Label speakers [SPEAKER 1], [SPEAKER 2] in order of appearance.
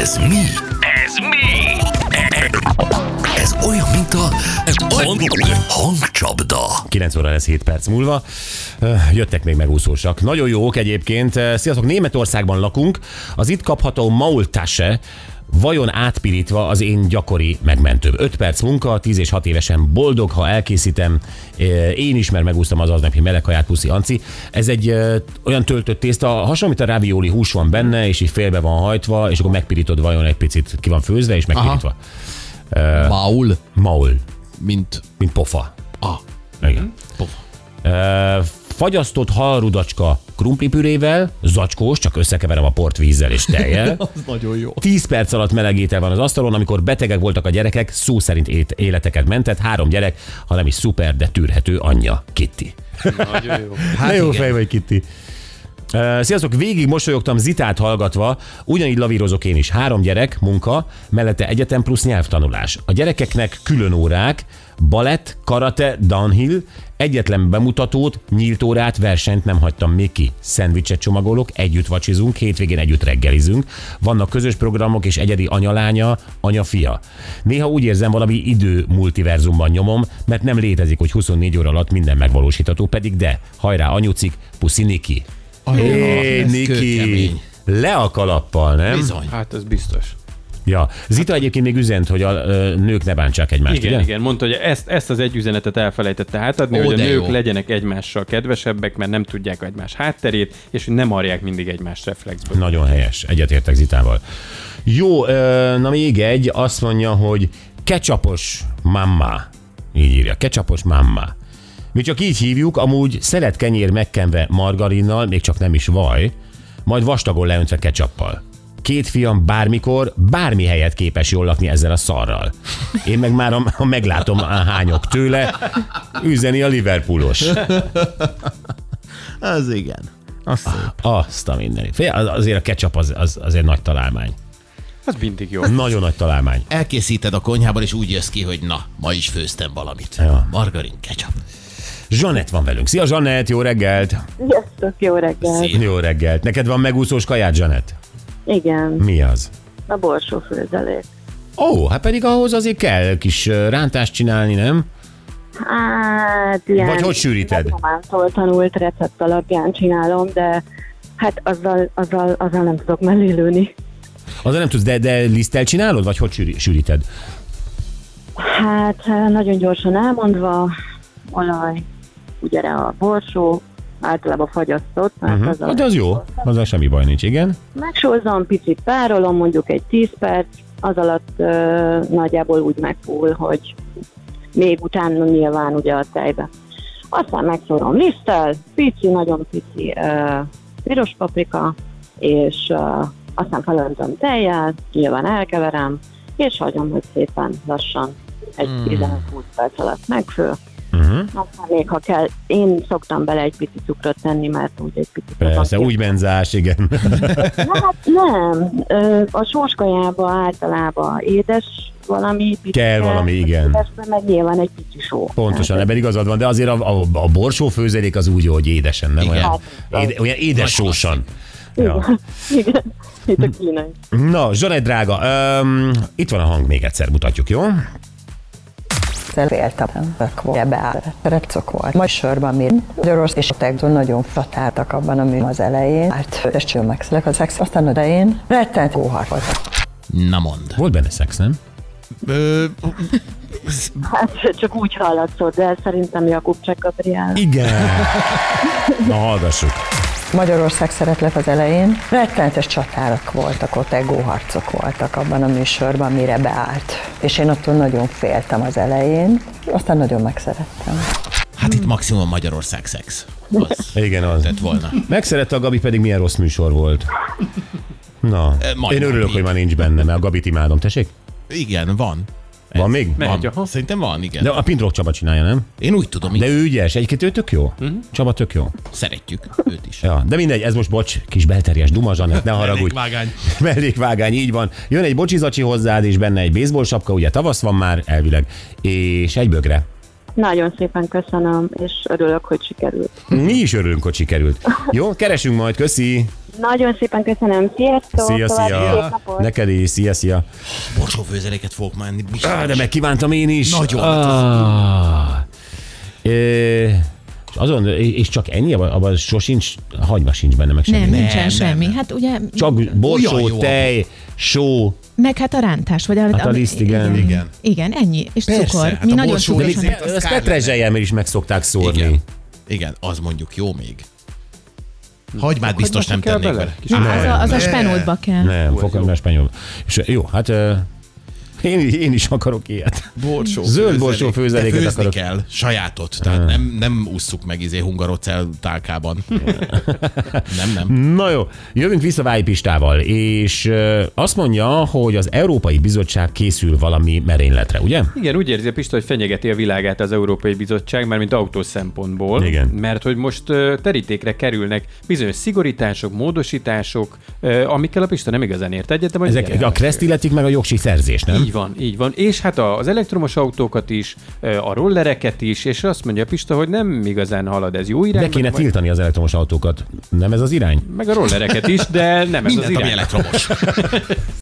[SPEAKER 1] Ez mi?
[SPEAKER 2] Ez mi?
[SPEAKER 1] Ez olyan, mint a hangcsapda.
[SPEAKER 3] 9 óra lesz 7 perc múlva. Ö, Jöttek még megúszósak. Nagyon jók egyébként. Ö, Sziasztok, Németországban lakunk. Az itt kapható Maultase vajon átpirítva az én gyakori megmentőm. 5 perc munka, 10 és 6 évesen boldog, ha elkészítem. Ö, Én is, mert megúsztam az aznapi meleghaját, puszi Anci. Ez egy ö, olyan töltött tészta, hasonlít a rávióli hús van benne, és így félbe van hajtva, és akkor megpirítod vajon egy picit, ki van főzve, és megpirítva.
[SPEAKER 4] Maul,
[SPEAKER 3] Maul,
[SPEAKER 4] mint
[SPEAKER 3] mint pofa.
[SPEAKER 4] a
[SPEAKER 3] Igen.
[SPEAKER 4] pofa.
[SPEAKER 3] Ö, fagyasztott halrudacska krumplipürével, zacskós, csak összekeverem a port vízzel és tejjel.
[SPEAKER 4] Az nagyon jó.
[SPEAKER 3] 10 perc alatt meleg étel van az asztalon, amikor betegek voltak a gyerekek, szó szerint ét- életeket mentett, három gyerek, ha nem is szuper, de tűrhető anyja, Kitty. Hát De jó igen. fej vagy, Kitty. Ö, Sziasztok, végig mosolyogtam Zitát hallgatva, ugyanígy lavírozok én is. Három gyerek, munka, mellette egyetem plusz nyelvtanulás. A gyerekeknek külön órák, balett, karate, downhill, egyetlen bemutatót, nyílt órát, versenyt nem hagytam még ki. Szendvicset csomagolok, együtt vacsizunk, hétvégén együtt reggelizünk. Vannak közös programok és egyedi anyalánya, anyafia. Néha úgy érzem, valami idő multiverzumban nyomom, mert nem létezik, hogy 24 óra alatt minden megvalósítható, pedig de, hajrá anyucik, puszi Niki. Hé,
[SPEAKER 4] Ez
[SPEAKER 3] Niki!
[SPEAKER 4] kőkemény.
[SPEAKER 3] Le a kalappal, nem?
[SPEAKER 4] Bizony.
[SPEAKER 5] Hát ez biztos.
[SPEAKER 3] Ja. Zita egyébként még üzent, hogy a ö, nők ne bántsák egymást,
[SPEAKER 5] Igen,
[SPEAKER 3] ugye?
[SPEAKER 5] igen, mondta, hogy ezt, ezt az egy üzenetet elfelejtette hátadni,
[SPEAKER 4] Ó,
[SPEAKER 5] hogy a
[SPEAKER 4] de
[SPEAKER 5] nők
[SPEAKER 4] jó.
[SPEAKER 5] legyenek egymással kedvesebbek, mert nem tudják egymás hátterét, és hogy nem arják mindig egymást reflexből.
[SPEAKER 3] Nagyon helyes, egyetértek Zitával. Jó, ö, na még egy, azt mondja, hogy kecsapos mamma. Így írja, kecsapos mamma. Mi csak így hívjuk, amúgy szeletkenyér megkenve margarinnal, még csak nem is vaj, majd vastagon leöntve ketchuppal. Két fiam bármikor, bármi helyet képes jól lakni ezzel a szarral. Én meg már a, a meglátom a hányok tőle, üzeni a Liverpoolos.
[SPEAKER 4] Az igen. Azt szép.
[SPEAKER 3] Azt a mindenit. Fél, az- Azért a ketchup az, az, azért nagy találmány.
[SPEAKER 5] Az mindig jó.
[SPEAKER 3] Nagyon nagy találmány.
[SPEAKER 4] Elkészíted a konyhában, és úgy jössz ki, hogy na, ma is főztem valamit.
[SPEAKER 3] Ja.
[SPEAKER 4] Margarin, ketchup.
[SPEAKER 3] Zsanett van velünk. Szia Zsanett, jó reggelt!
[SPEAKER 6] Sziasztok, jó reggelt!
[SPEAKER 4] Szép.
[SPEAKER 3] Jó reggelt. Neked van megúszós kaját, Zsanett?
[SPEAKER 6] Igen,
[SPEAKER 3] Mi az?
[SPEAKER 6] a borsó főzelék.
[SPEAKER 3] Ó, hát pedig ahhoz azért kell kis ö, rántást csinálni, nem?
[SPEAKER 6] Hát ilyen...
[SPEAKER 3] Vagy hogy sűríted?
[SPEAKER 6] Nagymamától tanult recept alapján csinálom, de hát azzal, azzal, azzal nem tudok mellélőni.
[SPEAKER 3] Azzal nem tudsz, de, de liszttel csinálod, vagy hogy sűri- sűríted?
[SPEAKER 6] Hát nagyon gyorsan elmondva, olaj, ugye a borsó, általában fagyasztott, mert uh-huh.
[SPEAKER 3] Hát az jó, azzal semmi baj nincs, igen.
[SPEAKER 6] Megsózom, picit párolom, mondjuk egy 10 perc, az alatt ö, nagyjából úgy megfúl, hogy még utána nyilván ugye a tejbe. Aztán megszorom liszttel, pici, nagyon pici ö, piros paprika, és ö, aztán felöntöm tejjel, nyilván elkeverem, és hagyom, hogy szépen lassan egy
[SPEAKER 3] Hmm.
[SPEAKER 6] 15-20 perc alatt megfő.
[SPEAKER 3] Uh-huh.
[SPEAKER 6] Aztán még ha kell, én szoktam bele egy pici cukrot tenni, mert úgy egy picit...
[SPEAKER 3] Persze,
[SPEAKER 6] papír-
[SPEAKER 3] úgy menzás, igen.
[SPEAKER 6] Na, Hát nem, Ö, a sóskajába általában édes valami. Picit
[SPEAKER 3] Kell valami, igen.
[SPEAKER 6] Persze, meg nyilván egy kicsi só.
[SPEAKER 3] Pontosan,
[SPEAKER 6] Tehát,
[SPEAKER 3] ebben igazad van, de azért a, a, a borsó főzelék az úgy jó, hogy édesen, nem
[SPEAKER 4] Igen.
[SPEAKER 3] olyan, éde, olyan édesósan. Ja.
[SPEAKER 6] Igen, itt a kínai.
[SPEAKER 3] Na, Zsanett drága, um, itt van a hang, még egyszer mutatjuk, jó?
[SPEAKER 7] Egyszer féltem, volt, ebbe áll, repcok volt. Majd sorban mi gyoros és a tegdon nagyon fatáltak abban, ami az elején. Hát, és csőmegszlek a szex, aztán oda én rettent kóhar volt.
[SPEAKER 4] Na mond.
[SPEAKER 3] Volt benne szex, nem?
[SPEAKER 4] Ö,
[SPEAKER 6] Hát csak úgy hallatszott, de szerintem Jakub csak Gabriel.
[SPEAKER 3] Igen. Na, hallgassuk.
[SPEAKER 7] Magyarország szeretlek az elején. Rettenetes csatárok voltak ott, egóharcok voltak abban a műsorban, mire beállt. És én attól nagyon féltem az elején, aztán nagyon megszerettem.
[SPEAKER 4] hát itt maximum Magyarország szex. Az
[SPEAKER 3] Igen, az.
[SPEAKER 4] lett volna.
[SPEAKER 3] Megszerette a Gabi, pedig milyen rossz műsor volt. Na,
[SPEAKER 4] majd
[SPEAKER 3] én örülök,
[SPEAKER 4] még.
[SPEAKER 3] hogy már nincs benne, mert a Gabit imádom. Tessék?
[SPEAKER 4] Igen, van.
[SPEAKER 3] Van még?
[SPEAKER 5] Megy,
[SPEAKER 4] Van.
[SPEAKER 5] aha.
[SPEAKER 4] Szerintem van, igen.
[SPEAKER 3] De a Pindrok Csaba csinálja, nem?
[SPEAKER 4] Én úgy tudom,
[SPEAKER 3] De
[SPEAKER 4] de...
[SPEAKER 3] ő ügyes, egyébként ő tök jó. Csaba tök jó.
[SPEAKER 4] szeretjük őt is.
[SPEAKER 3] Ja, de mindegy, ez most bocs, kis belterjes duma, Zsanett, ne haragudj.
[SPEAKER 4] Mellékvágány.
[SPEAKER 3] Mellékvágány, így van. Jön egy bocsizacsi hozzád, és benne egy baseball sapka, ugye tavasz van már elvileg, és egy bögre.
[SPEAKER 6] Nagyon szépen köszönöm, és örülök, hogy sikerült.
[SPEAKER 3] Mi is örülünk, hogy sikerült. Jó, keresünk majd, köszi.
[SPEAKER 6] Nagyon szépen köszönöm, sziasztok!
[SPEAKER 3] Szia,
[SPEAKER 6] további szép
[SPEAKER 3] szia.
[SPEAKER 6] napot!
[SPEAKER 3] Neked is, szia, szia.
[SPEAKER 4] Borsófőzeléket fogok már enni. biztos.
[SPEAKER 3] Ah, de megkívántam én is.
[SPEAKER 4] Nagyon.
[SPEAKER 3] Ah. Ö, és azon, és csak ennyi, abban, abban sosincs, hagyma sincs benne meg semmi.
[SPEAKER 2] Nem, nincsen
[SPEAKER 4] nem,
[SPEAKER 2] semmi. Hát ugye, Csak...
[SPEAKER 3] Csak borsó,
[SPEAKER 4] Olyan jó.
[SPEAKER 3] tej, só,
[SPEAKER 2] meg hát a rántás, vagy a,
[SPEAKER 3] hát a liszt, igen.
[SPEAKER 4] Igen.
[SPEAKER 2] Igen, ennyi. És
[SPEAKER 4] Persze,
[SPEAKER 2] cukor.
[SPEAKER 4] hát
[SPEAKER 2] Mi
[SPEAKER 4] a
[SPEAKER 2] nagyon
[SPEAKER 4] borsó
[SPEAKER 2] cukoros
[SPEAKER 4] liszt-
[SPEAKER 2] vagyunk.
[SPEAKER 4] az
[SPEAKER 3] Ezt
[SPEAKER 4] kár
[SPEAKER 3] petrezselyemmel is meg szokták szórni.
[SPEAKER 4] Igen. Igen, az mondjuk jó még. Hagymát biztos nem
[SPEAKER 5] kell
[SPEAKER 4] tennék
[SPEAKER 5] bele?
[SPEAKER 4] bele.
[SPEAKER 5] Kis-
[SPEAKER 2] Na, Hát az a, az a spenótba kell.
[SPEAKER 3] Nem, fokalmás spanyol. És jó, hát ö, én, én is akarok ilyet.
[SPEAKER 4] Borsó.
[SPEAKER 3] Zöld
[SPEAKER 4] főzelék.
[SPEAKER 3] borsófőzeléket
[SPEAKER 4] De főzni
[SPEAKER 3] akarok. Ah.
[SPEAKER 4] kell, sajátot. Tehát nem, nem ússzuk meg izé hungarocell tálkában. nem, nem.
[SPEAKER 3] Na jó, jövünk vissza Váj Pistával, és ö, azt mondja, hogy az Európai Bizottság készül valami merényletre, ugye?
[SPEAKER 5] Igen, úgy érzi a Pista, hogy fenyegeti a világát az Európai Bizottság, már mint autó szempontból.
[SPEAKER 3] Igen.
[SPEAKER 5] Mert hogy most ö, terítékre kerülnek bizonyos szigorítások, módosítások, ö, amikkel a Pista nem igazán ért egyet, de majd
[SPEAKER 3] Ezek
[SPEAKER 5] mindjárt
[SPEAKER 3] a
[SPEAKER 5] rá-
[SPEAKER 3] Kreszt illetik meg a jogsi szerzés, nem?
[SPEAKER 5] Így van, így van. És hát a- az elektromos autókat is, ö, a rollereket is, és azt mondja a Pista, hogy nem igazán halad ez jó irányba.
[SPEAKER 3] Be kéne
[SPEAKER 5] majd-
[SPEAKER 3] tiltani az elektromos autókat. Nem ez az irány?
[SPEAKER 5] Meg a rollereket is, de nem ez az
[SPEAKER 4] Mindent, ami
[SPEAKER 5] irány.
[SPEAKER 4] elektromos.